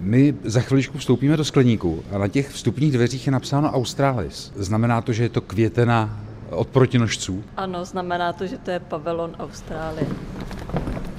My za chviličku vstoupíme do skleníku a na těch vstupních dveřích je napsáno Australis. Znamená to, že je to květena od protinožců. Ano, znamená to, že to je pavilon Austrálie.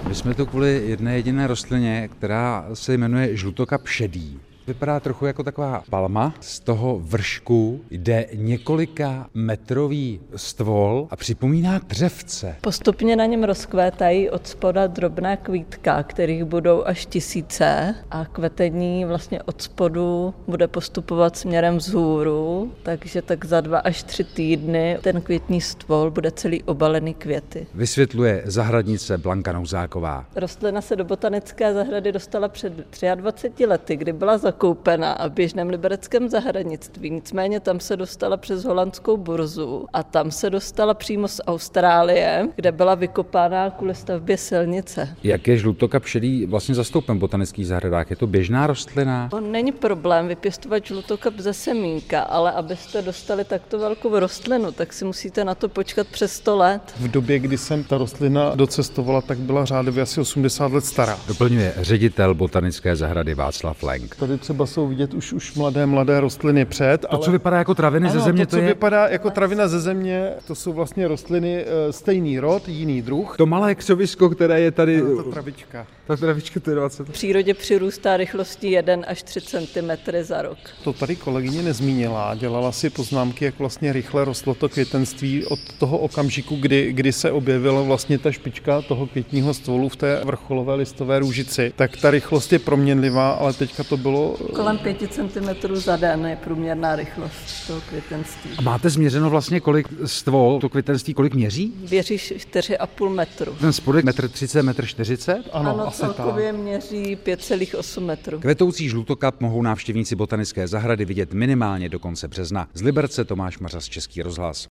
My jsme to kvůli jedné jediné rostlině, která se jmenuje žlutokap šedý. Vypadá trochu jako taková palma. Z toho vršku jde několika metrový stvol a připomíná dřevce. Postupně na něm rozkvétají od spoda drobná kvítka, kterých budou až tisíce a kvetení vlastně od spodu bude postupovat směrem vzhůru, takže tak za dva až tři týdny ten květní stvol bude celý obalený květy. Vysvětluje zahradnice Blanka Nouzáková. Rostlina se do botanické zahrady dostala před 23 lety, kdy byla zakoupena a v běžném libereckém zahradnictví. Nicméně tam se dostala přes holandskou burzu a tam se dostala přímo z Austrálie, kde byla vykopána kvůli stavbě silnice. Jak je žlutokap šedý vlastně zastoupen v botanických zahradách? Je to běžná rostlina? On není problém vypěstovat žlutokap ze semínka, ale abyste dostali takto velkou rostlinu, tak si musíte na to počkat přes 100 let. V době, kdy jsem ta rostlina docestovala, tak byla řádově asi 80 let stará. Doplňuje ředitel botanické zahrady Václav Lenk. Tady třeba jsou vidět už, už mladé, mladé rostliny před. To, co vypadá jako traviny ano, ze země, to, co to je... vypadá jako travina ze země, to jsou vlastně rostliny eh, stejný rod, jiný druh. To malé křovisko, které je tady... To travička. Ta travička, to je 20. V přírodě přirůstá rychlostí 1 až 3 cm za rok. To tady kolegyně nezmínila, dělala si poznámky, jak vlastně rychle rostlo to květenství od toho okamžiku, kdy, kdy se objevila vlastně ta špička toho květního stvolu v té vrcholové listové růžici. Tak ta rychlost je proměnlivá, ale teďka to bylo eh, Kolem 5 cm za den je průměrná rychlost toho květenství. A máte změřeno vlastně, kolik stvol, to květenství, kolik měří? Věříš 4,5 metru. Ten spodek 1,30 m, 1,40 m? ano, asi tak. celkově měří 5,8 metru. Kvetoucí žlutokap mohou návštěvníci botanické zahrady vidět minimálně do konce března. Z Liberce Tomáš Mařas, Český rozhlas.